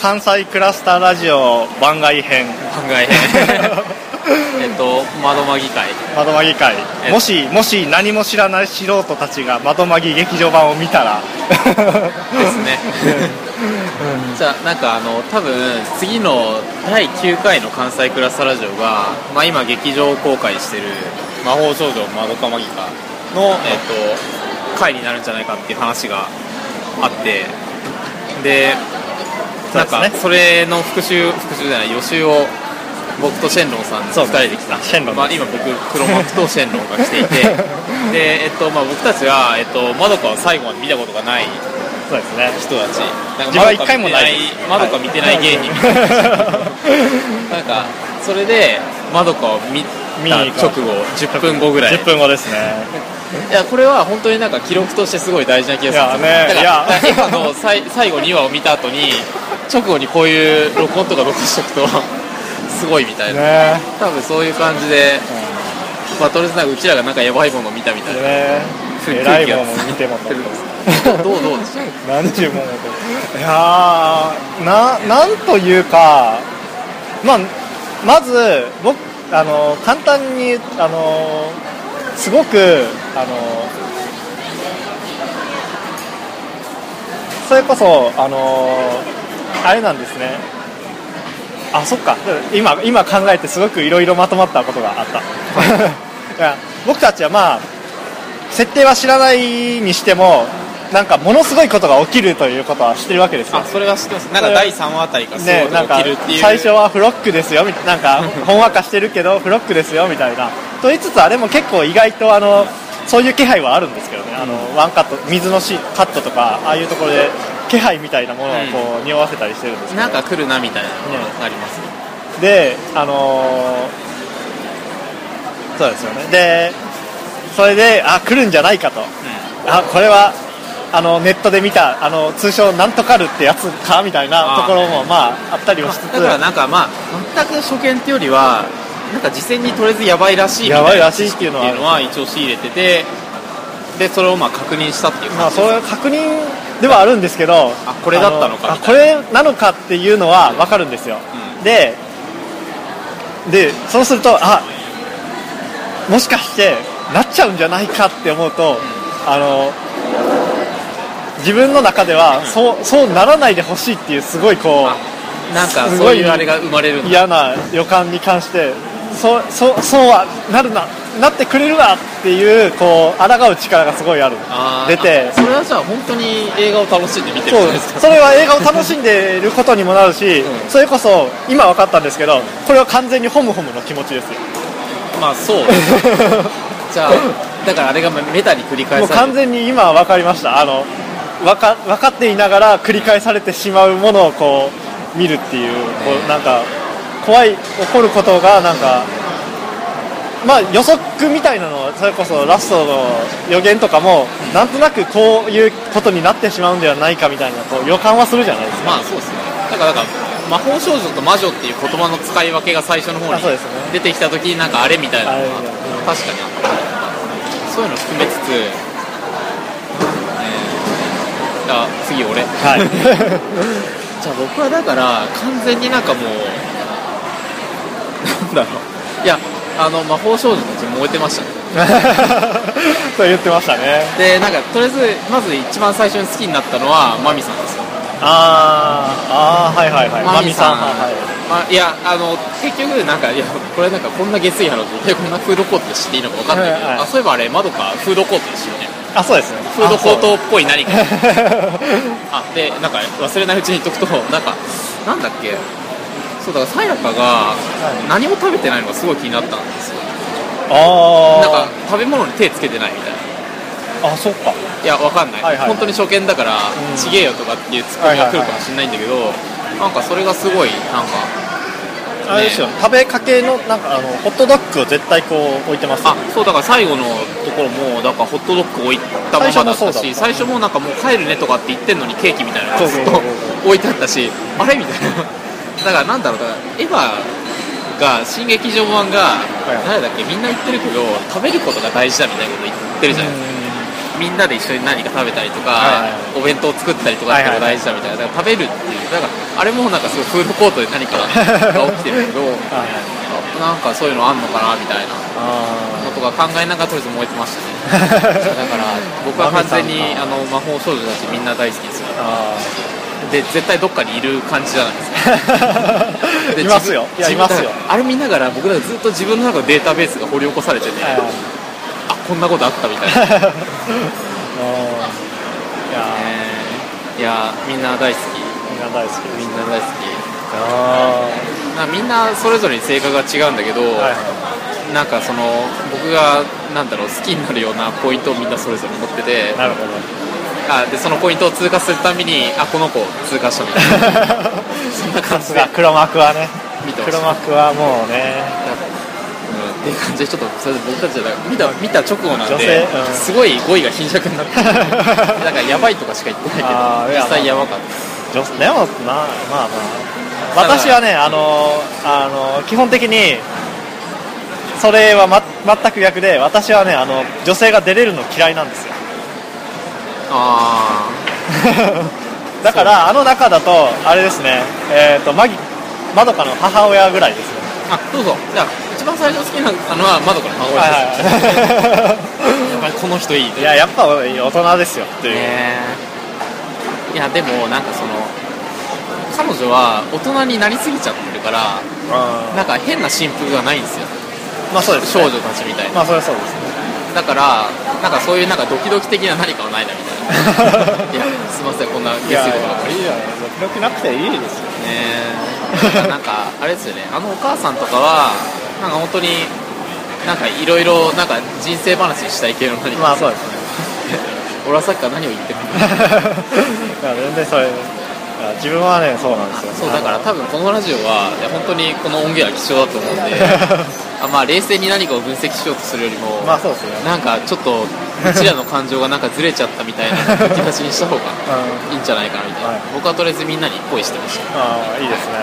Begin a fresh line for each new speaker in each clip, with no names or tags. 関西クラスターラジオ番外 編
番外編えっと窓間議会
窓まぎ会
え
もしもし何も知らない素人たちが窓まぎ劇場版を見た ら
ですねじゃあなんかあの多分次の第9回の関西クラスタラジオが、まあ、今劇場公開してる「魔法少女まどかマギカの」えっと回になるんじゃないかっていう話があってで
そう
なん
ですね
かそれの復習復習じゃない予習を僕とシェンロンさん
そう
2人で来た
シェンロンです
まあ、今僕黒幕とシェンロンが来てい てで、えっとまあ、僕たちは、えっと、まどかを最後まで見たことがない
そうですね
人たちなん
自分は一回もない
まどか見てないまどか見 てない芸人みたいな、なんかそれでまどかを見
見
た
に行こう
直後10分後ぐらい
10分後ですね
いやこれは本当になんか記録としてすごい大事な気がするん
いやね
ですよだから
いや
だから今のさい最後2話を見た後に直後にこういう録音とか残しておくとすごいみたいな、
ね
多分そういう感じで、まあ、とりあえずなんかうちらがなんかやばいものを見たみたいな
ね
空
偉い
気が
もの見てもと
伝 わってるどうどうでした
何十問もいやーななんというか、まあ、まず僕あの簡単にあのすごくあのそれこそあのあれなんですねあそっか今今考えてすごくいろいろまとまったことがあった いや僕たちはまあ設定は知らないにしてもなんかものすごいことが起きるということは知ってるわけですよ
あそれは知ってますなんか第3話あたりからすごい
ね
こ
なん
と
か
起きるっていう、
最初はフロックですよみなんかほんわかしてるけどフロックですよみたいなと言いつつあれも結構意外とあのそういう気配はあるんですけどねあの、ワンカット水のシカットとかああいうところで気配みたいなものをこう、匂わせたりしてるんですけど
なんか来るなみたいなのがありますね
であのーそうですよねでそれであ来るんじゃないかとあこれはあのネットで見たあの通称なんとかるってやつかみたいなところもまああったり
ま
は
あ
しつつ、
だからなんかまあ全く初見っていうよりはなんか事前にとりあえずやばいらしいみた
やばい
いな
ら
知
しいっ
識ってて
い
いうう
の
の
は
は一応仕入れててでそれをまあ確認したっていう
まあ、
感じ
そ
です、
れは確認ではあるんですけど
あこれだったのか
あこれなのかっていうのは分かるんですよ、
う
ででそうするとあもしかしてなっちゃうんじゃないかって思うと、あの自分の中ではそうそうならないでほしいっていうすごいこう
あなんか
す
そ
ご
う
い
いうあれが生まれるんだ
嫌な予感に関してそうそうそうはなるななってくれるわっていうこう抗う力がすごいある
あー
出て
あそれはじゃあ本当に映画を楽しんで見てるじゃ
そう
ない
で
です
す
か
それは映画を楽しんでいることにもなるし、
うん
それこそ今分かったんですけどこれは完全にホムホムの気持ちですよ
まあそうですねじゃあだからあれがメタに繰り返
もう
され
完
る
全に今は分かりましたあの分か分かっていながら繰り返されてしまうものをこう見るっていうこうなんか怖い起こることがなんかまあ予測みたいなのそれこそラストの予言とかもなんとなくこういうことになってしまうんではないかみたいなこう予感はするじゃないですか
まあそうですねだからなんか魔法少女と魔女っていう言葉の使い分けが最初の方
あそうで
に
すね
出てきた時になんかあれみたいな
あれ
の
み
が
たいな
確かにあったそういうの含めつつ、えーじゃあ次俺
はい
じゃあ僕はだから完全になんかもうなんだろういやあの魔法少女たち燃えてましたね
そう言ってましたね
でなんかとりあえずまず一番最初に好きになったのはマミさんですよ
あーあーはいはいはい
マミさん
はいはい
まあ、いやあの結局なんかいやこれなんかこんな下水話でこんなフードコートで知っていいのか分かんないけど、
はいはい
あそういえばあれ窓かフードコートですよね
あそうですね
フードコー トっぽい何か
あそう
あでなんか忘れないうちに言っとくとなんかなんだっけそうだからさやかが
い
何も食べてないのがすごい気になったんですよ
あ
な
あ
んか食べ物に手つけてないみたいな
あそっか
いやわかんない、
はいはい
本当に初見だから、
ん
ちげえよとかっていうツッコミが来るかもしれないんだけど、なんかそれがすごいなんか
あれですよ、食べかけのなんかあのホットドッグを絶対こう置いてますよ
あ
ね
そうだから最後のところもだからホットドッグ置いたままだったし
最初もそうだった
最初もなんかもう帰るねとかって言ってんのにケーキみたいなのがずっ
そうそ
と
うそう
置いてあったしあれみたいなだからなんだろうだからエヴァが新劇場版が
いはい
誰だっけみんな言ってるけど食べることが大事だみたいなこと言ってるじゃないですかみんなで一緒に何か食べたりとか、
はいはい
お弁当を作ったりとかっていうのが
はいはいはい
大事だみたいな、だから食べるっていうなんかあれもなんかすごいフードコートで何かが起きてるけど
はい
なんかそういうのあんのかなみたいな
あ
のとか考えながらとりあえず燃えてましたねだ
ー
から僕は完全に
豆さんか
あの魔法少女たちみんな大好きですよ
あ
で絶対どっかにいる感じじゃない
ー い
ですかで
ますよいやい
自分
ますよ
だからあれ見ながら僕らずっと自分の中のデータベースが掘り起こされてて、
はいはい
あこんなことあったみたい な
うんいやー
いやみんな大好き
みんな大好き
み
み
ん
んな
な大好
あ
きなみんなそれぞれに性格が違うんだけど、
ーはい
なんかその僕がなんだろう好きになるようなポイントをみんなそれぞれ持ってて
なるほど
あでそのポイントを通過するたびにあこの子通過したみたいな そんな
さ
感じ
す
で
が黒幕はね
見てまし
黒
た
幕はもうね
うんっていう感じでちょっとそれで僕たちは見た見た直後なん
女
で
性、うん
すごい語彙が貧弱になってなんかやばいとかしか言ってな
あー
いけ
い
ど
や
実際やばかった
女でもまあまあま
た
あ
だ
私はねあのあの基本的にそれは、ま、全く逆で私はねあの女性が出れるの嫌いなんですよ
あ
だからあの中だとあれですねえっ、とマギまどかの母親ぐらいですね
ーあどうぞじゃあ一番最初好きなのは窓から孫
はいは
やっぱりこの人いい
いいややっぱ大人ですよっていう、
ねいやでもなんかその彼女は大人になりすぎちゃってるから
うん
なんか変な振風がないんですよ
まあそうです、
少
ね、
女たちみたいな
まあそれはそうですね
だからなんかそういうなんかドキドキ的な何かはないなみた いないやすいませんこんなゲスことばっかり
いやドキドキなくていいですよ
ねえなんかあれですよねあのお母さんとかはなんか本当になんかいろいろなんか人生話したい系の何か、
まあそうですね
俺はさっきから何を言ってるん
い
だ
や全然それいや自分はねそうなんですよ
そうだから多分このラジオはいや本当にこの音源は貴重だと思うんで あまあ冷静に何かを分析しようとするよりも、
まあそうですね、
なんかちょっとうちらの感情がなんかずれちゃったみたいな吹き出しにした方が
うん、
いいんじゃないかなみたいな、
はい
僕はとりあえずみんなに恋してました
ああいいですね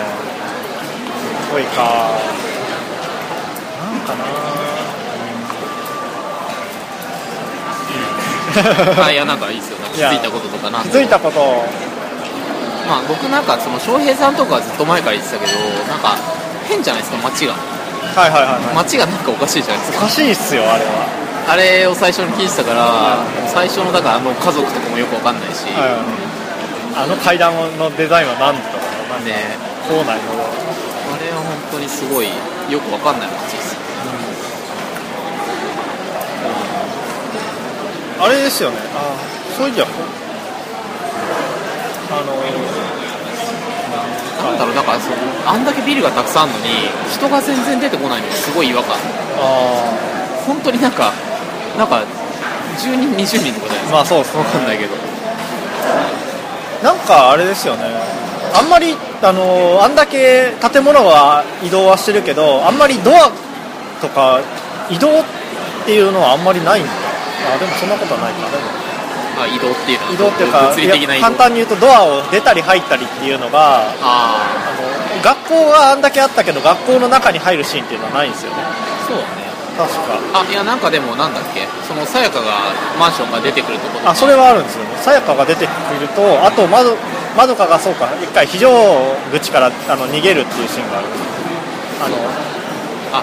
恋かなんかな
あいやなんかいいですよなんか気づいたこととかなん
気
か
づいたことを
まあ僕なんかその翔平さんとかはずっと前から言ってたけどなんか変じゃないですか街が
はいはいはい、はい、
街がなんかおかしいじゃないです
お
か
かしいっすよあれは、
あれを最初に聞いてたから最初のだからあの家族とかもよくわかんないし、
はい、あの階段のデザインは何とかなんか
ね
校内の
あれは本当にすごいよくわかんない街です
あれですよねああそういうんじゃあの
なんだろうだからそのあんだけビルがたくさんあるのに人が全然出てこないのがすごい違和感
あ
本当になんかなんか10人20人とかじゃ
あ
ないですか
まあそうですね
わかんないけど
なんかあれですよね、あんまり、あのあんだけ建物は移動はしてるけど、あんまりドアとか、移動っていうのはあんまりないんだ、あでもそんなことはないか、でも
あ移動っていうのは
移動っていうか、
物理的ない移
や
動
簡単に言うと、ドアを出たり入ったりっていうのが、
あ
あの学校はあんだけあったけど、学校の中に入るシーンっていうのはないんですよね、
あそうだね
確か。
あいやなんかでもなんだっけそのさやかがマンションが出てくるところ
あそれはあるんですよね、さやかが出てくると、あとまど、まどかがそうか、一回、非常口からあの逃げるっていうシーンがある。あ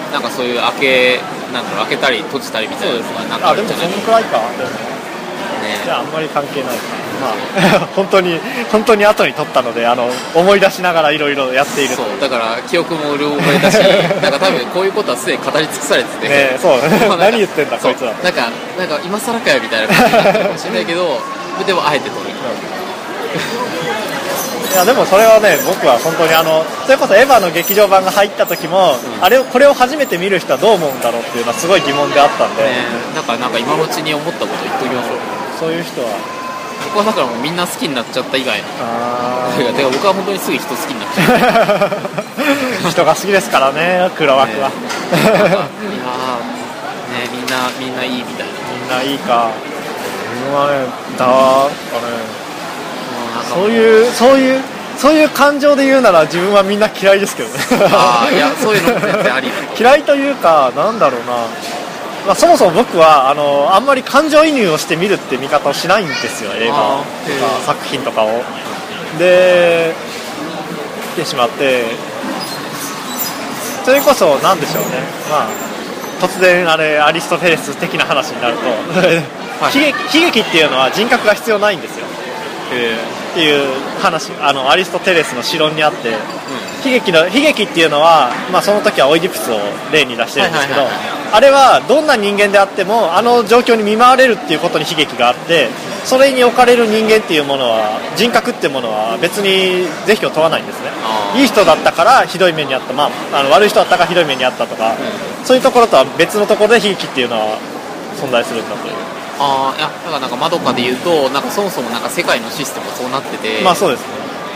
の
あなんかそういう開けなんだろう開けたり閉じたりみたいなのがなんか
あ
あ
で
るん
も
じ
そ
ゃない
の
です
くらいかでも
かね
じゃああんまり関係ないまあ 本当に本当に後に撮ったのであの思い出しながらいろいろやっている
そ
ね
うだから記憶も潤え たしなんか多分こういうことはすでに語り尽くされてて、
えそう
ま あなんか
何言ってんだ
そ
こ
う
いつは
なんかなんか今更かよみたいな感じになってるかもしれないけど でもあえて撮る
いやでもそれはね僕は本当にあのそれこそエヴァの劇場版が入った時も、
うん
あれをこれを初めて見る人はどう思うんだろうっていうのはすごい疑問であったんで、
ねだからなんか今のうちに思ったこと言っときましょう
そういう人は
僕はだからもうみんな好きになっちゃった以外の
あ
てかてか僕は本当にすぐ人好きになっちゃ
ー
う
人が好きですからね黒枠は、
なんかいやーねみんなみんないいみたい
みん
な
ないいか自分はねだあれ
もうなんか
そういう、そういう、そういう感情で言うなら自分はみんな嫌いですけどね。
あーいやそういうのも全然ありだと
嫌いというか、なんだろうな。まあ、そもそも僕はあのあんまり感情移入をして見るって見方をしないんですよ映画と
あ
か作品とかをで来てしまってそれこそ何でしょうねまあ突然あれアリストフェレス的な話になると、
い
悲劇悲劇っていうのは人格が必要ないんですよ
え
っていう話あのアリストテレスの史論にあって
う
悲劇の悲劇っていうのは、まあ、その時はオイディプスを例に出してるんですけど、
はいはいはい
あれはどんな人間であってもあの状況に見舞われるっていうことに悲劇があってそれに置かれる人間っていうものは人格っていうものは別に是非を問わないんですね
あー
いい人だったからひどい目にあった、まあ、あの悪い人だったからひどい目にあったとか、そういうところとは別のところで悲劇っていうのは存在するんだという
ああいやだからなんかまどかで言うとなんかそもそもなんか世界のシステムがそうなってて
まあそうですね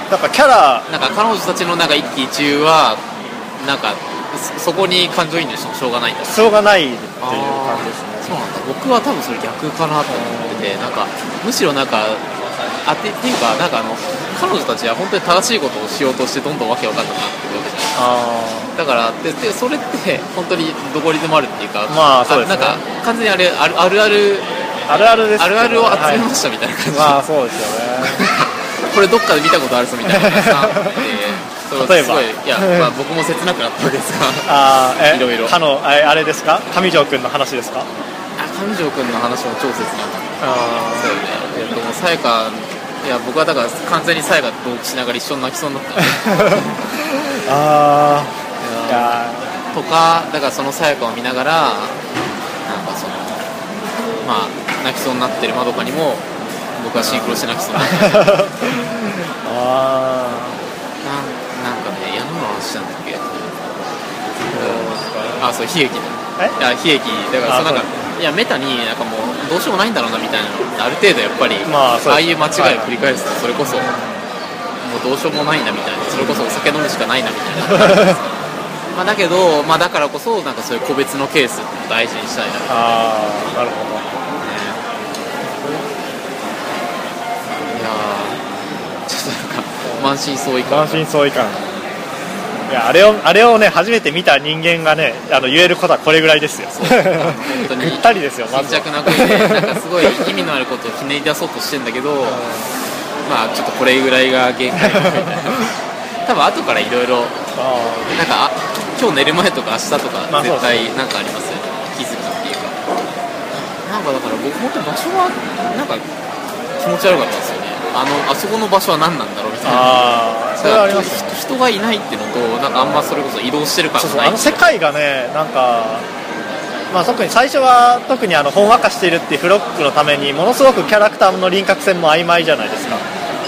だからキャラ
なんか彼女たちのなんか一喜一憂はなんかそそこに感情移入してもしょうがないんだ
必要がないっていう感じですね
あーそうなんだ僕は多分それ逆かなと思っててなんかむしろなんかあてっていうかなんかあの彼女たちは本当に正しいことをしようとしてどんどんわけわかんなくなってくるわけじゃない
あ
だからででそれって本当にどこにでもあるっていうか
まあそうですね
なんか完全にあれあるあるある
あるあるです
あ
けど
るあるを集めま
は
したみたいな感じ、
いまあそうです よね
これどっかで見たことあるぞみたいなさそれはすごい
例えば
いや、まあ、僕も切なくなったわけですが あ
あーえ
いろいろ
かのあれあれですか上条くんの話ですか
上条君の話も超切なかった
あ
そうよねいやでもさやかいや僕はだから完全にさやかと同期しながら一緒に泣きそうになった
あーいや
とかだからそのさやかを見ながらなんかそのまあ泣きそうになってるまどかにも僕はシンクロして泣きそうになった
ーあ
なんなんかね、矢野の話なんだっけ
ーそうですか
あ、そう、悲劇だ。
え
いや、悲劇、だか
あ
ら、そのな
そ
んか、いや、メタに、なんかもう、どうしようもないんだろうなみたいなのって、ある程度やっぱり、
まあそうです
いう間違いを繰り返すと、それこそ、もうどうしようもないなみたいな、それこそお酒飲むしかないなみたい な。まあだけど、まあ、だからこそ、なんかそういう個別のケースって大事にしたいな。
あーなるほど
いやーちょっとなんか、満身創痍感
満
が。
身創痍感いやあれをあれをね初めて見た人間がねあの言えることはこれぐらいですよ
そう本当に
ぐったりですよま
貧
ずは
弱な声でなんかすごい意味のあることをひねり出そうとしてんだけどまあちょっとこれぐらいが 限界みたいな多分後からいろいろ
あー
なんかあ今日寝る前とか明日と
ま
か
あ
絶対なんかありますよね気づきっていうかなんかだから僕本当に場所はなんか気持ち悪かったんですよねあのあそこの場所は何なんだろうみたいな
あーそれはあります
だから人がいないっていうのとなんかあんまそれこそ移動してる感
そう
が
そう
ない
あの世界がねなんか、まあ、特に最初は特にあのほんわかしているっていうフロックのためにものすごくキャラクターの輪郭線も曖昧じゃないですか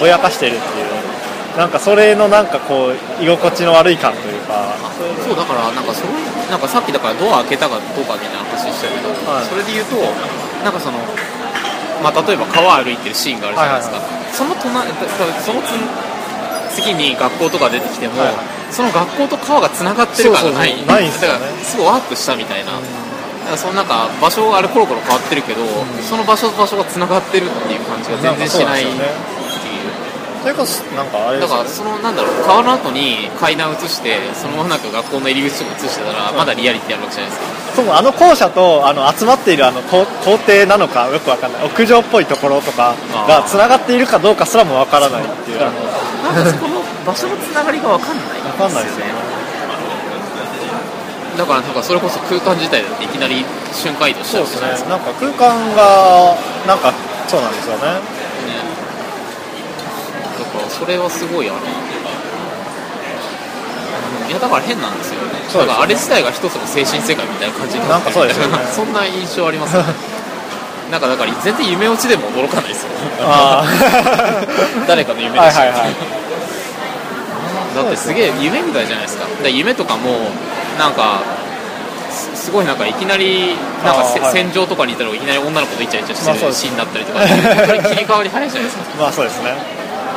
ぼやかしてるっていうなんかそれのなんかこう居心地の悪い感というか
そうだからなんかそれなんかさっきだからドア開けたかどうかみたいな話してたけど、
はい
それで言うとなんかそのまあ例えば川歩いてるシーンがあるじゃないですか、
はい
その隣たたそのつ次に学校とか出てきても、
はいはい
その学校と川がつながってる感がない
そうそうそうないんですよね
だからすごいワープしたみたいな、だからそのなんか場所があれコロコロ変わってるけど、その場所と場所がつながってるっていう感じが全然しないって
ん
いう
かそうなんですよねそれこそなんかあれで
だ
すよ
からそのなんだろう川の後に階段移してそのままなんか学校の入り口とか移してたらまだリアリティあるわけじゃないですか
そうあの校舎とあの集まっているあの校校庭なのかよくわかんない屋上っぽいところとかがつながっているかどうかすらもわからないっていうあの
なんかそこの場所のつながりが分かんない
わかんないですよね
だからなんかそれこそ空間自体だっていきなり瞬間移動し
そう
ちゃう
で
じ
すね
ゃないですか
なんか空間がなんかそうなんですよね
ねだからそれはすごいあるいやだから変なんですよね
そうですよね
だからあれ自体が一つの精神世界みたいな感じになってる
なんかそうですよね
そんな印象あり ますよねなんかだから全然夢落ちでも驚かないですよ
あ
誰かの夢で
はい
した
はいはい
だってすげえ夢みたいじゃないですかだから夢とかもなんかすすごいなんかいきなりなんかせ、
あーはい
戦場とかにいたらいきなり女の子とイチャイチャ
まあそ
して
う
る
です
シーンだったりとか、本当に切り替わり早いじゃないですか
まあそうですね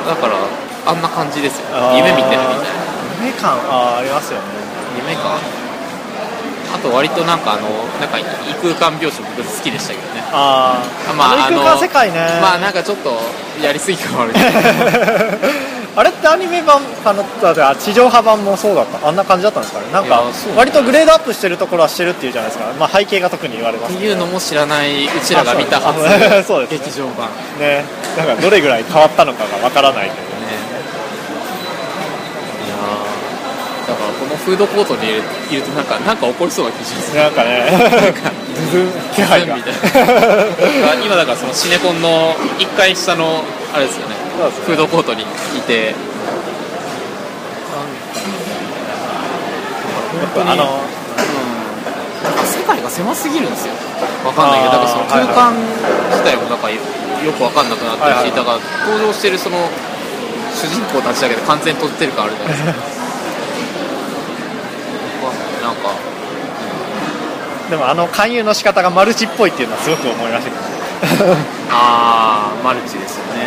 だからあんな感じですよ
あー
夢見てるみたいな
夢感あーありますよね
夢かあと割となんかあのなんか異空間描写僕好きでしたけどね
あー
まあ
あの異空間世界ね
まあなんかちょっとやりすぎ感はあるけど
あ あれってアニメ版かなあ地上波版もそうだったあんな感じだったんですかねなんか
いやそう
割とグレードアップしてるところはしてるっていうじゃないですか、まあ、背景が特に言われま
っ
す
て
けど
いうのも知らないうちらが見たは
あ
ず
そうそうです
劇場版、ね、
ねだからどれぐらい変わったのかがわからないけど
いやーだからこのフードコートにいるいるとなんかなんか起こりそうな気がします
なんかね ズズン気配が
ズズンみ 今だからそのシネコンの1階下のあれですよね
そうですね
フードコートにいて
あの
うんなんか世界が狭すぎるんですよわかんないけどだ
あー
からその空間自体もなんかよくわかんなくなった
はいは
し
い
だから登場してるその主人公たちだけで完全に撮ってる感あるじゃないですか わかんないなんか
でもあの勧誘の仕方がマルチっぽいっていうのはすごく思いましたけど
ああマルチですよね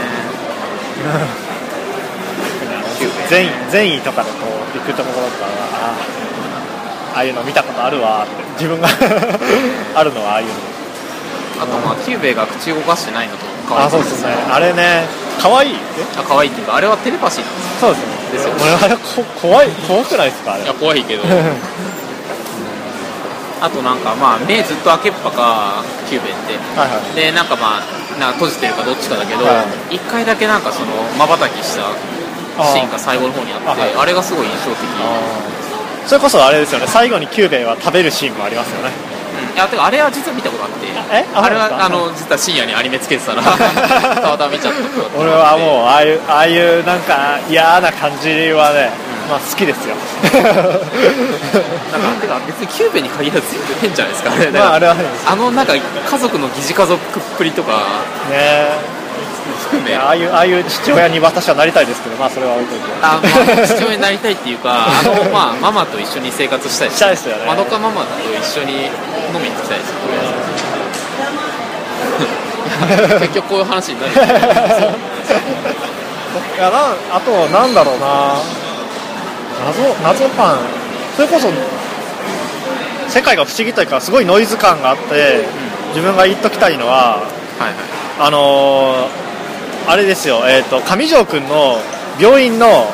善意善意とかでこう行くところとかはああああいうの見たことあるわって自分が あるのはああいうの
あとまあキューベイが口動かしてないのとかわ
あ
い
そう
う
ですねあれね可愛い
あ可愛いっていうかあれはテレパシーなんですよ
そうですね
ですよ
俺あれこ怖い怖くないですかあれ
いや怖いけど
は
あとなんかまあ目ずっと開けっぱかキューベイっ
いはい
てでなんかまあなんか閉じてるかどっちかだけど
は
一、回だけなんかそのまばたきしたシーンが最後の方にあってあ,、
あはい
れがすごい印象的
それこそあれですよね最後にキューベイは食べるシーンもありますよね
うんいやてかあれは実は見たことあって
えあ
あれ
そうです
は
か
あの実は深夜にアニメつけて たらたまたま見ちゃったことだった
俺はもうああいうああいうなんか嫌な感じはね、まあ好きですよ
なんかてか別にキューベに限らず全部変じゃないですかあ れ
まああれは変です
あのなんか家族の疑似家族っぷりとか
ね
含
い
め
やあ
あ
あいうああいう父親に私はなりたいですけどまあそれは置いといて
まあ父親になりたいっていうかあのまあママと一緒に生活した い
したいですよね
まどかママと一緒に飲みに行きたいですよとりあえずいや結局こういう話 になる
いやなあとなんだろうな謎謎感それこそ世界が不思議というかすごいノイズ感があって自分が言っときたいのは
はいはい
あのーあれですよ、えー、と上条君の病院の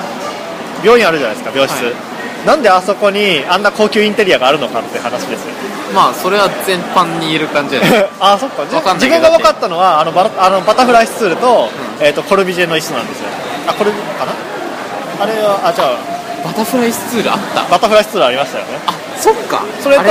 病院あるじゃないですか病室、
は
なんであそこにあんな高級インテリアがあるのかって話 ですよ
まあそれは全般にいる感じじゃないですか
あそっかじゃ
わかんな
自
いけど
分が分かったのはあのバラあのバタフライスツールと,、えー、とコルビジェの椅子なんですよあコルビかなあれはあじゃあ
バタフライスツールあった
バタフライスツールありましたよね
あそっか
それと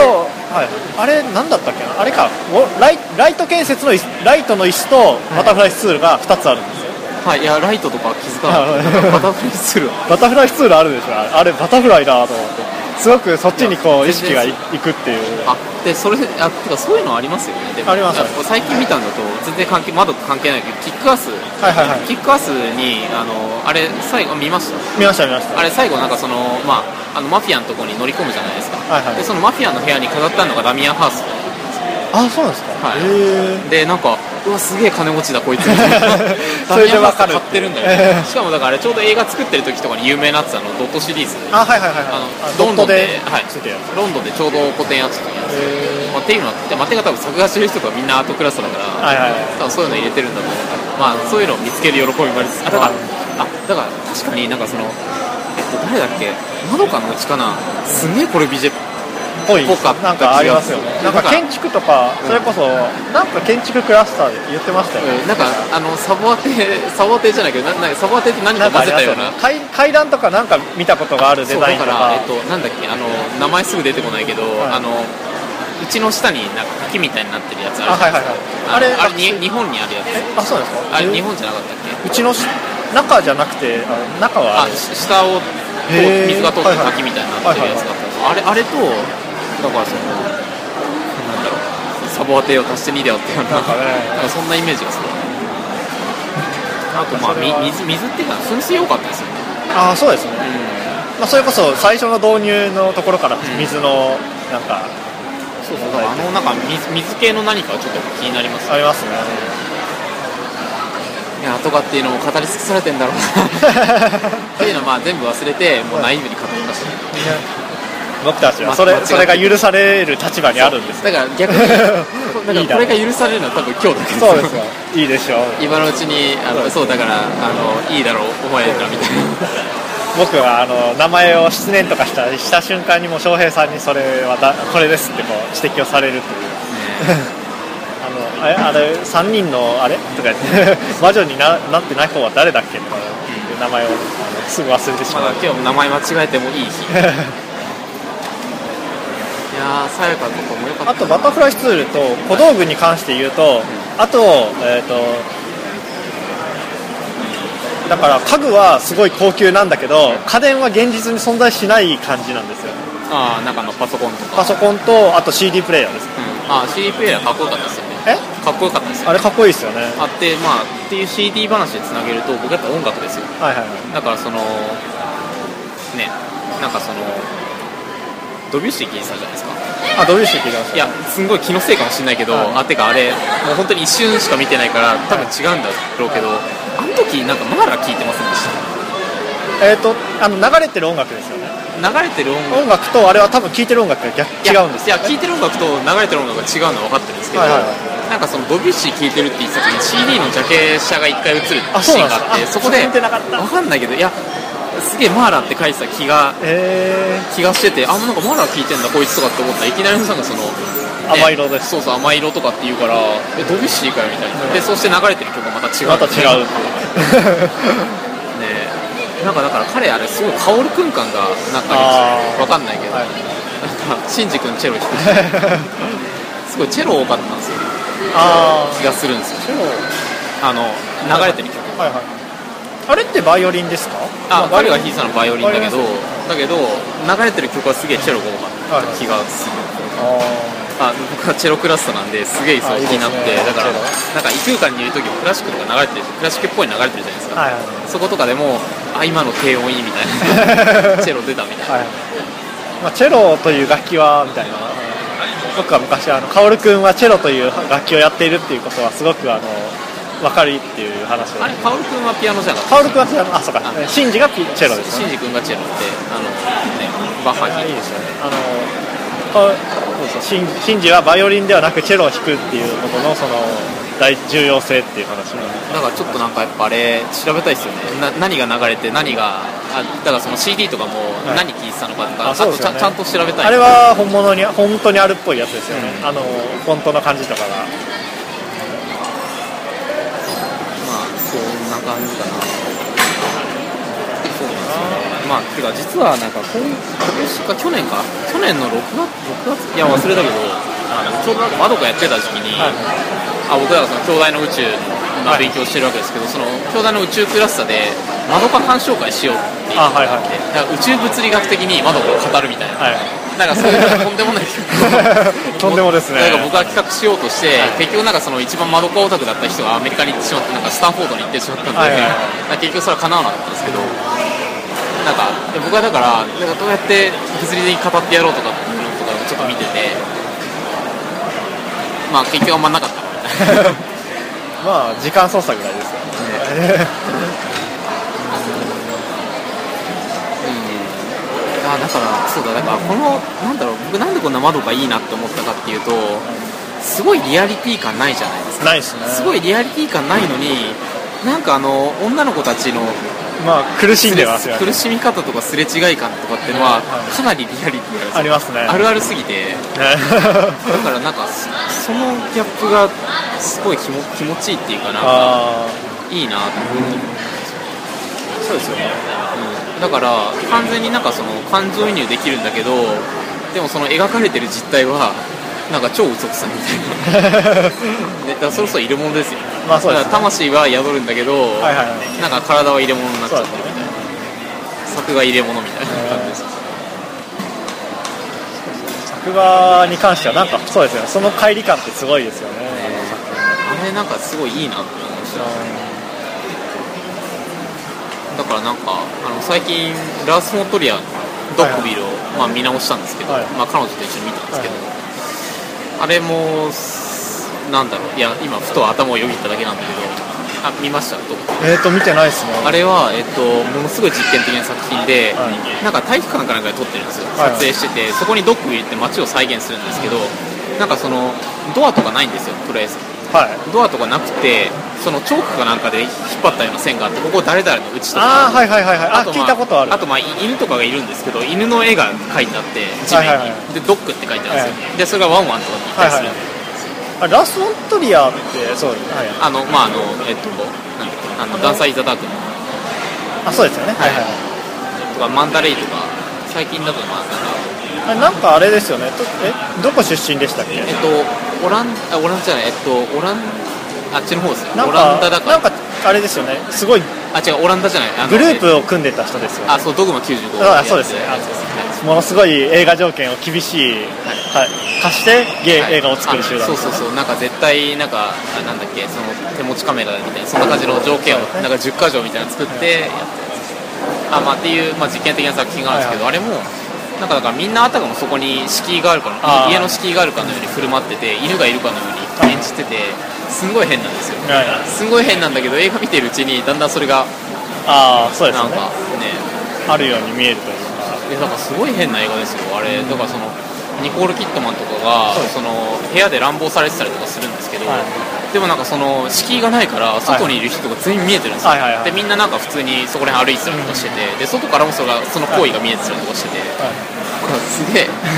あ
あれ,、はい、あれなんだったっけなあれかおライライト建設の椅子ライトの椅子とバタフライスツールが2つあるんですよ、
はいいやライトとか気づかなかっ
あ
たバタフライスツール
バタフライツールあるでしょあれあれバタフライだと思ってすごくそっちにこう意識がいいくっていう
あでそれあてかそういうのありますよねでも
あります
いや最近見たのだと全然関係まだ関係ないけどキックアス
はいはいはい
キックアスにあのあれ最後見ました
見ました見ました
あれ最後なんかそのまああのマフィアのところに乗り込むじゃないですか、
はいはい
でそのマフィアの部屋に飾ったのがダミアンハウス
あそうなんですか、
はい
へえ
でなんかうわすげえ金持ちだこいつ
そ
ダ
れ
ミ
で
アン
わ
ハウス
か
買
る
ってるんだ よしかもだからあれちょうど映画作ってる時とかに有名になってたのドットシリーズ
あはいはいはい
あ
はい
のロンドンではい
ついてるやつ
ロンドンでちょうど個展やってた時なんですよまあ、っていうのはでまあ、手が多分作画してる人とかみんなアートクラスだから、
はいはいはい
多分そういうの入れてるんだと思うから、まあ、そういうのを見つける喜びもあるしあだ
はい
からあだから確かになんかそのえっと誰だっけまどかのうちかなすげえこれビジェ
ぽい
ぽかった
なんかありますよね
気
な
が
ん
す
か
る
建築とかそれこそなんか建築クラスターで言ってましたよね
なんかあのサボアテサボアテじゃないけどななんかサボアテって何
な
か
んかあ
混
り
ぜ
ますよ
たよう
ね
な
階階段とかなんか見たことがあるデ
そう
ザイ
だ
ンと
か、
から
えっと、なんだっけあの名前すぐ出てこないけど、
い
あのうちの下になんか滝みたいになってるやつ
あ
あるじ
はい
ゃな
はいいはいあれ
ですかあれに日本にあるや
あ
つ
そうなんですか
あれ日
え
本じゃなかったっ
う
け
ちのし中じゃなくてあの中は
あ
あれ
し下をこう
へー
水が通ってる滝みたいになってるやつがあったんですよあれあれとだからそのなんだろうサボアテを足して2で割ってよう
な
な
んかね
なんかそんなイメージがするあとまあ
それは
み水水っていうか噴水多かったですよね
あそうですねまあ、それこそ最初の導入のところから水のなんか
そうそうだからあのなんか水水系の何かはちょっと気になります
あり ますね、
いやとかっていうのも語り尽くされてんだろ うなっていうのはまあ全部忘れてもうナイーブに語りました
僕たちは
ま
それ
間違って
それが許される立場にあるん です
だから逆にだ
いい
か
だ
らこ
ろ
れ
う
が許されるのは多分今日だけ
そうですよいいでしょう
今のうちにあのそうだからあのいいだろうお前らみ たいな
僕はあの名前を失念とかしたした瞬間にもう翔平さんにそれはだこれですってこう指摘をされるというあのあれあれ3人のあれとか言って 魔女にななってない方は誰だっけとかいう名前をあのすぐ忘れてし
ま
ま
だ
う
今日も名前間違えてもいい日いやーさやかとかもよかった
あとバタフライスツールと小道具に関して言うとあとえっ、とだから家具はすごい高級なんだけど家電は現実に存在しない感じなんですよ
ああ中のパソコンとか
パソコンとあと CD プレイヤーです
うんああ CD プレイヤーかっこよかったですよね
え
かっこよかったですよ
あれかっこいいですよね
あってまあっていう CD 話でつなげると僕やっぱ音楽ですよ
はいはいはい
だからそのねなんかそのドビュッシー聞いてたじゃないですか
あドビュッシー聞いてまし
いやすんごい気のせいかもしれないけど、
はい
あてかあれもう本当に一瞬しか見てないから多分違うんだろうけど、あの時なんかマーラ聞いてませんでした
えっ、とあの流れてる音楽ですよね
た流れてる音楽
音楽とあれは多分聴いてる音楽が逆
いや
違うんです
い
よ
や
ね
聴いてる音楽と流れてる音楽が違うのは分かってるんですけど、
はいはいは
なんかそのドビュッシー聴いてるって言ってた時に CD のジャケ写が一回映るシ
あそう
ー
なんですか
ンがあって
あ
そこで
それ見てなかった
分かんないけどいやすげえマーラって書いてた気が
え
気がしててあなんかマーラ聴いてんだこいつとかって思ったらいきなりなんかその、ね
甘い色です
そうそう甘い色とかって言うからえドビュッシーかよみたいな、でそして流れてる曲がまた違
ー、
う
また違う
ねなんかだから彼あれすごいカオルくん感がなんかあ
あ
りましたね
ー
わかんないけ ど、
はい
なんかシンジ君チェロ弾くしすごいチェロ多かったんですよ
あ
気がするんですよ
あでも
あの流れてる曲
はいはいあれってバイオリンですか
あ
バイ
彼
オ
が
リン
弾いてたのはバイオリンだけど
バイオ
だけど流れてる曲はすげえチェロが多かった気がする、
あ
あ僕はチェロクラスターなんですげえそ
あ
う
いい
気
ですね
になってだから
チェロ
なんか異空間にいる時もクラシックとか流れてるクラシックっぽいの流れてるじゃないです
ー
か、
はいはい
そことかでもあ今の低音いいみ たいなチェロ出たみたいな
はい、まあ、チェロという楽器はみたいな僕は昔あの薫君はチェロという楽器をやっているっていうことはすごくあの分かるっていう話を
あれ、カオル君はピアノじゃなかった
薫君はチェロあそうか
あ
シンジがピチェロですね
シンジ君がチェロって、あの、ね、バッハ弾い
いい
て
ですよねあのかそうそうシンシンジはバイオリンではなくチェロを弾くっていうことのその大重要性っていう話を
だからちょっとなんかやっぱあれ、調べたいですよね。な何が流れて、何が、あだからその CD とかも
はい
何聴いてたのかとか、
あ
あと
そうです
ちゃ
よ
ん
ね
ちゃんと調べたい。
あれは本物に本当にあるっぽいやつですよね、
うん
あのフォントの感じとかが
まあ、そんな感じかな。そうなんですよね。まあ、てか実はなんか今、今年か去年か、去年の6月、6月いや忘れたけど、あのちょうどなんか窓がやってた時期に、あ僕らがその兄弟の宇宙の勉強をしてるわけですけど、その兄弟の宇宙クラスターで窓か鑑賞会しようっていう
あはいはい
でなんか宇宙物理学的に窓を語るみたいな、
はい
なんかそういうとんでもない企画
とんでもですね
なんか僕が企画しようとして、結局なんかその一番窓かオタクだった人がアメリカに行ってしまってなんかスタンフォードに行ってしまったんで、
はいはいはい
なんか結局それは叶わなかったんですけどなんかで僕はだからなんかどうやって物理的に語ってやろうとかっていうのとかをちょっと見ててまあ結局あんまなかっ た
まあ時間操作ぐらいですよ
うんあだからそうだだからこのなんだろう僕なんでこんな窓がいいなって思ったかっていうとすごいリアリティ感ないじゃないですか
ないですね
すごいリアリティ感ないのになんかあの女の子たちの
まあ苦しんでますよね
苦しみ方とかすれ違い感とかっていうのはかなりリアリティが
あ
ある
りますね
あるあるすぎて
ね
だからなんかそそのギャップがすごい気も気持ちいいっていうかなんか
あ
いいなって
あそうですよね
だから完全になんかその感情移入できるんだけどでもその描かれてる実態はなんか超嘘くさ みたいなねだからそろそろ入れ物ですよ、
まあそうですね
だから魂は宿るんだけど、
はいはいはい
なんか体は入れ物になっちゃってるみ
そ
た
う
いな、作が入れ物みたいな感じです、
作画に関してはなんかそうですよねその乖離感ってすごいですよね
あれなんかすごいいいなって思いましただからなんかあの最近ラース・モントリアのドッグビルを、まあ、見直したんですけど、
はい
まあ、彼女と一緒に見たんですけど、あれもすなんだろういや今ふと頭をよぎっただけなんだけどあ見ましたと
えっ、と見てないですね
あれは、えっと、ものすごい実験的な作品で、
は
なんか体育館かなんかで撮ってるんですよ、
はい
撮影してて、そこにドック行って街を再現するんですけど、なんかその、ドアとかないんですよ、とりあえず、
はい
ドアとかなくて、そのチョークかなんかで引っ張ったような線があって、ここ、誰々のうちとか。
ああはいはいはいはいあ
ま
聞いたことある
あとまあ犬とかがいるんですけど犬の絵が書いてあって地面
はいはい
に、
は
でドックって書いてあるんですよ、でそれがワンワンとかに行ったりするんで、
あラスオントリアってそうです、はい
あのまああのえっとなんだっけあのダンサー・イズ・ザ・ダークの
あそうですよねはいはい
とかマンダレイとか最近だとまあなんか
あなんかあれですよねとえどこ出身でしたっけ
えっとオランあオランダじゃないえっとオランあっちの方ですよ
なん
オラ
か
ンダだか
な
ら
んかあれですよねすごい
あ違うオランダじゃないあの
グループを組んでた人ですよね
あそうドグマ95
あそうですね
やってて
ものすごい映画条件を厳しい、はい、貸してゲ、
はい
映画を作る集団
あそうそうそうなんか絶対なんかあなんだっけその手持ちカメラみたいなそんな感じの条件を
そうですね
なんか10か条みたいなの作ってやってあまあっていう、まあ、実験的な作品があるんですけど、あれもなんかだからみんなあたかもそこに敷居があるか
あー
の家の敷居があるかのように振る舞ってて犬がいるかのように演じててすんごい変なんですよ
はい
すごい変なんだけど映画見てるうちにだんだんそれが
ああそうです
な
よ
ん
ね
かね
あるように見えるというか
えなんかすごい変な映画ですよあれ、だからそのニコール・キットマンとかが
そうです
その部屋で乱暴されてたりとかするんですけど、
は
でもなんかその敷居がないから外にいる人が全員見えてるんですよ、
はいはいはい
でみんななんか普通にそこら辺歩いてたりとかしてて、で外からもそれがその行為が見えてたりとかしてて、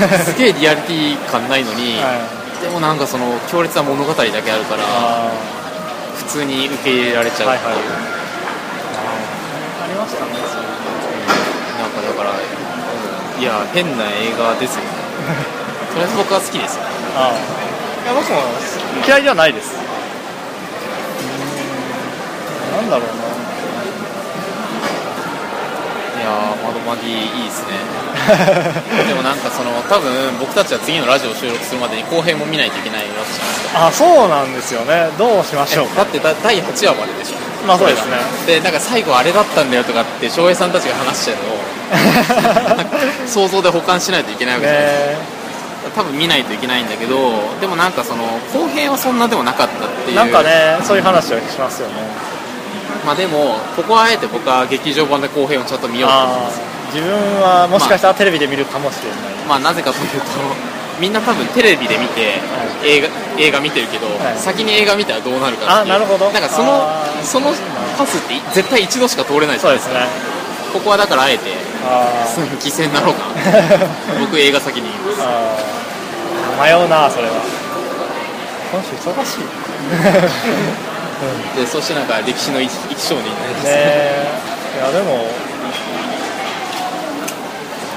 なんか すげえすげえリアリティ感ないのに、
はい、
でもなんかその強烈な物語だけあるから
あ
普通に受け入れられちゃうっていう、
はいはいあありましたね
なんかだから、うんいや変な映画ですよね とりあえず僕は好きですよ
ああいや僕も嫌いではないですなん だろう
いやー、窓マギいいですね。
な
でもなんかその、多分僕たちは次のラジオ収録するまでに後編も見ないといけないわけじゃないですか。
あそうなんですよねどうしましょう
えだってだ第8話まででしょ。
まあそうですね
これがで、なんか最後あれだったんだよとかって、翔平さんたちが話してるの を、なんか想像で保管しないといけないわけじゃないです
ね
か。多分見ないといけないんだけど、でもなんかその、後編はそんなでもなかったっていう。
なんかねそういう話をしますよね
まあでも、ここはあえて僕は劇場版で後編をちゃんと見ようと思いま
あ
す。
あ自分はもしかしたらテレビで見るかもしれない、
まあなぜかというとみんな多分テレビで見て、
は
映画映画見てるけど、
はい
先に映画見たらどうなるかっていう
あなるほど
なんかその
あー
そのパスって絶対一度しか通れないじ
そ
ゃ
う
ない
で
ですすか
ね
ここはだからあえて
あ
その 犠牲になろうかな僕映画先に言います
あー迷うなそれは今週忙しいうん
でそしてなんか歴史の生き少年になりま
ね
す、
えいやでも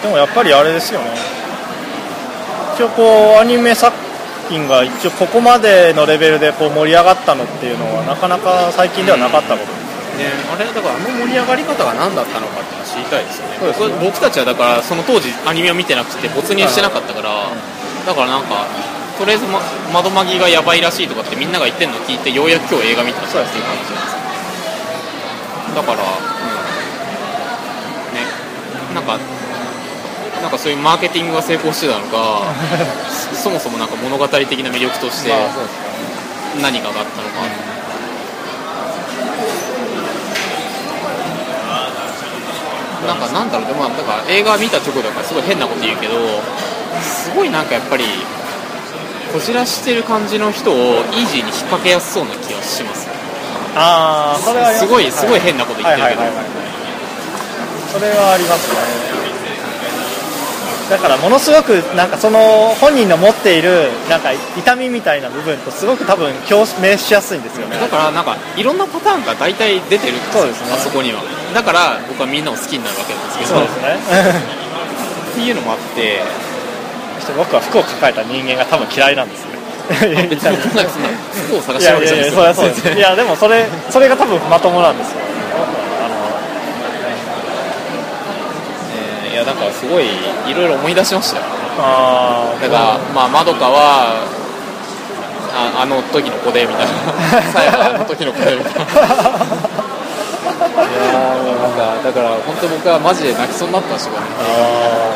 でもやっぱりあれですよね一応こうアニメ作品が一応ここまでのレベルでこう盛り上がったのっていうのはなかなか最近ではなかったこと
ねあれだからあの盛り上がり方が何だったのかっていうのを知りたいですよね
そうですね
僕僕たちはだからその当時アニメを見てなくて没入してなかったから、だからなんかとりあえず、ま、窓まぎがやばいらしいとかってみんなが言ってるのを聞いてようやく今日映画見たっていう感じなんですよだから、うんねなんかなんかそういうマーケティングが成功して たのかそそもそもなんか物語的な魅力として
まあそうですね
何かがあったのか、なんかなんだろうでもまあだから映画見た直後だからすごい変なこと言うけどすごいなんかやっぱりこじらしてる感じの人をイージーに引っ掛けやすそうな気がします
ああそれはあります
すごいすごい変なこと言ってるけど
はいはいはいはいそれはありますねだからものすごくなんかその本人の持っているなんか痛みみたいな部分とすごく多分共鳴しやすいんですよね
だからなんかいろんなパターンが大体出てるんですよ
そうですね
あそこにはだから僕はみんなを好きになるわけなんですけど
そうですね
っていうのもあって
そして僕は服を抱えた人間が多分 嫌いなんですね
別に僕がそん な服を探
い
してる
や
わ
い
けじ
や
ゃな
や
いいです
そりゃそうですいやでもそ
よ
れそれが多分まともなんですよあ
えーいやなんかすごいいろいろ思い出しましたよ
のあー
だから、まあ、まどかはああの時の子でみたい なさやはあの時の子でみたいないやーもうなんかだから本当僕はマジで泣きそうになったしこれ
あ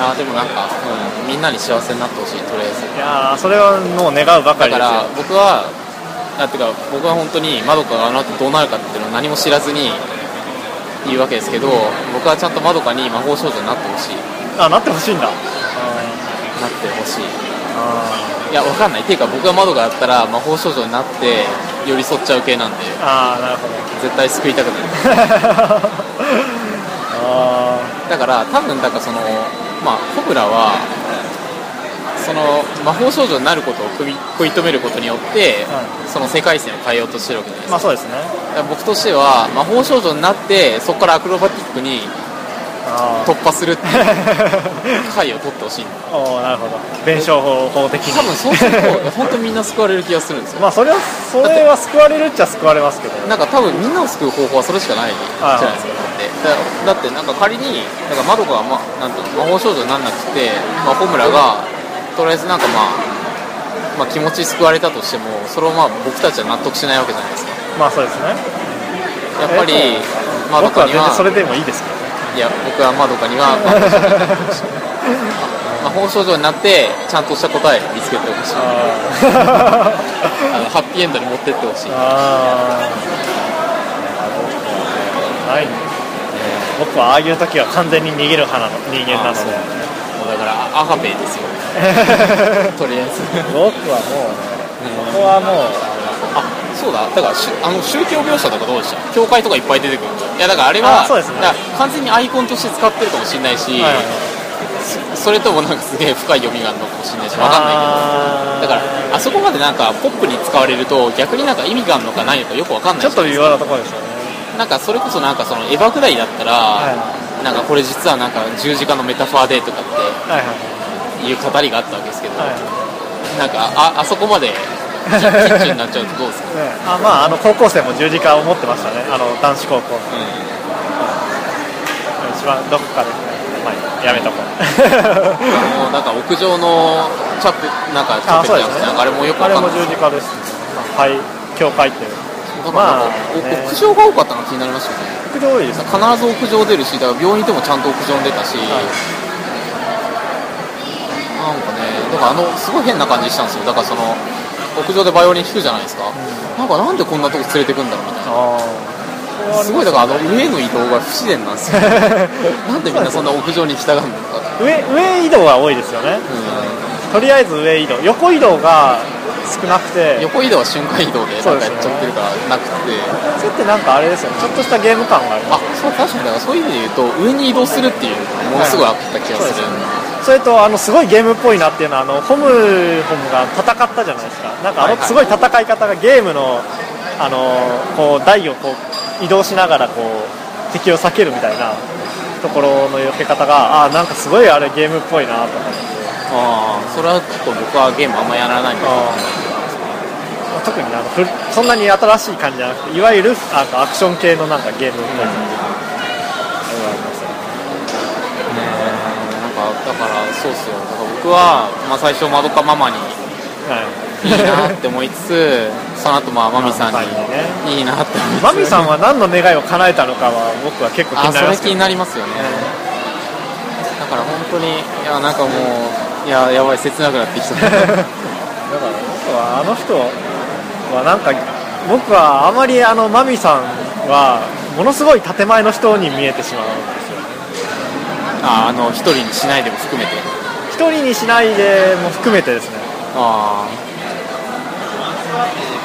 いやーでもなんか、うん、みんなに幸せになってほしいとりあえず
ーいやーそれはもう願うばか
だ
りで
か
すよ
ら僕はだってか僕は本当にまどかがあの後どうなるかっていうのを何も知らずに言うわけですけど僕はちゃんとまどかに魔法少女になってほしい
あなってほしいんだ
なってほしいいやわかんないっていうか僕がまどかだったら魔法少女になって寄り添っちゃう系なんで
ああなるほど
絶対救いたくない
あ
だから多分だからそのまあコブラはその魔法少女になることを食い食い止めることによって、
は
その世界線を変えようとしてるわけじゃないで
ーまあ
すか
そうですね
だから僕としては魔法少女になってそこからアクロバティックに
あ
突破するっていう
ー
回を取ってほしいん だ
おーなるほど弁証法法的に
多分そうすると本当みんな救われる気がするんです よ
まあそれはそれは救われるっちゃ救われますけど
なんか多分みんなを救う方法はそれしかないじゃないですかだってだだってなんか仮にだからマドカが、ま、なんと魔法少女になんなくて、まあ、ホムラがとりあえずなんかまあ、まあ、気持ち救われたとしてもそれをまあ僕たちは納得しないわけじゃないですか
まあそうですね
やっぱり
え
マド
僕は
カに
全然
は
それでもいいですけ どね
いや僕はマドカには魔法少女になってちゃんとした答えを見つけてほしいあ
あー
のハッピーエンドに持ってってほしい
あーないね僕はああいう時は完全に逃げる派なの人間なので
あもうだからアハベイですよとりあえず
僕はもうねここはも
あそうだだからしあの宗教描写とかどうでした教会とかいっぱい出てくるいやだからあれは
あそうですね
だから完全にアイコンとして使ってるかもしれないし、
う、はい
それともなんかすげえ深い読みがあるのかもしれないしわかんない
あ
けどだからあそこまでなんかポップに使われると逆になんか意味があるのかないのかよくわかんない
ちょっと微妙なところですよね
なんかそれこそなんかそのエヴァぐらいだったら、
は
なんかこれ実はなんか十字架のメタファーでとかっ
はいはい
ていう語りがあったわけですけど、
はい
なんかああそこまでキッキッチンになっちゃうとどうですか
ねあまああの高校生も十字架を持ってましたねあの男子高校の
う
一番どこかで、まあ、やめとこう
ん、もうなんか屋上のチャップなんかチャ
あ
ップ
そう
ル
で
じゃ
すね
なくてなんかあれもよく
あ
わ
れ
かん
も
ない
十字架ですねはい教会っていう
だから
まあ
なんか
ね
お屋上が多かったのが気になりましたよね
僕で多いですね
必ず屋上出るしだから病院でもちゃんと屋上に出たし、
はい
なんかねだからあのすごい変な感じしたんですよだからその屋上でバイオリン弾くじゃないですか、なんかなんでこんなとこ連れてくんだろうみたいな
ああ
すごいだからあの上の移動が不自然なんですよなんでみんなそんな屋上に従うんだろうか、
上上移動は多いですよね
う
とりあえず上移動横移動が少なくて
ん、横移動は瞬間移動でなんかやっちゃってるからなくて、
それってなんかあれですよねちょっとしたゲーム感がある
あそう確かにだからそういう意味で言うと上に移動するっていうものすごいあった気がする、
それとあのすごいゲームっぽいなっていうのはあのホムホムが戦ったじゃないですかなんかあ
はいは
の
い
すごい戦い方がゲームのあのこう台をこう移動しながらこう敵を避けるみたいなところの避け方があーなんかすごいあれゲームっぽいなと思って
ああそれはちょっと僕はゲームあんまやらないんで
まあ特になんかふそんなに新しい感じじゃなくていわゆるあのアクション系のなんかゲームっぽい感じがありますよね
なんかだからそうっすよだから僕は、まあ、最初まどかママに
はい
いいなって思いつつ その後まあマミさん
マミさんに
にいいなって思いつつ
マミさんは何の願いを叶えたのかは僕は結構気
あ
にな
そ
りま
れ
すけ
気
ど
になりますよねだから本当にいやなんかもういややばい切なくなってきた
だ から僕はあの人はなんか僕はあまりあのマミさんはものすごい建前の人に見えてしまうんですよ
ああの一人にしないでも含めて
一人にしないでも含めてですね
ああ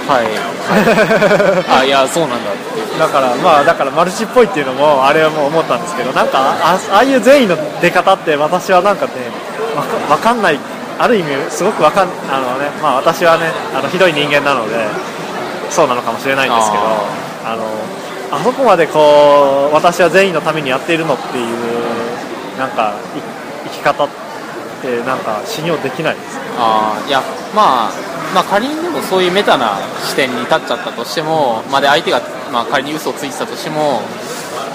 はいあいやそうなんだって
だからまあだからマルチっぽいっていうのもあれはもう思ったんですけどなんかあああいう善意の出方って私はなんかねわかわかんないある意味すごくわかんあのねまあ私はねあのひどい人間なのでそうなのかもしれないんですけど
あ
あのあそこまでこう私は善意のためにやっているのっていうなんかい生き方ってなんか信用できない ですね
あーいやまあまあ仮にでもそういうメタな視点に立っちゃったとしてもまあで相手が、まあ、仮に嘘をついてたとしても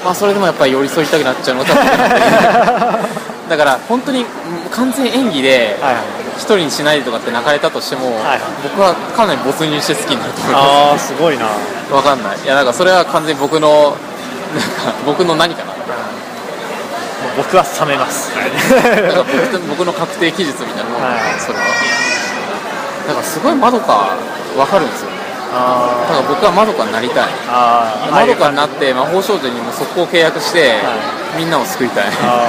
まあそれでもやっぱり寄り添いたくなっちゃうのは確かにだから本当にうん完全演技で
はいはい
一人にしないでとかって泣かれたとしても、
はい
僕はかなり没入して好きになると思いま
ああすごいな
すわかんないいやなんかそれは完全に僕のなんか僕の何かな
もう僕は冷めます、
なんか僕と僕の確定期日みたいなもん、
はい
それはだからすごい窓か分かるんですよねだ
あ
から僕はまどかになりたい
ーあー
まどかにな
あ
って魔法少女にも速攻契約して、
は
みんなを救いたい
あ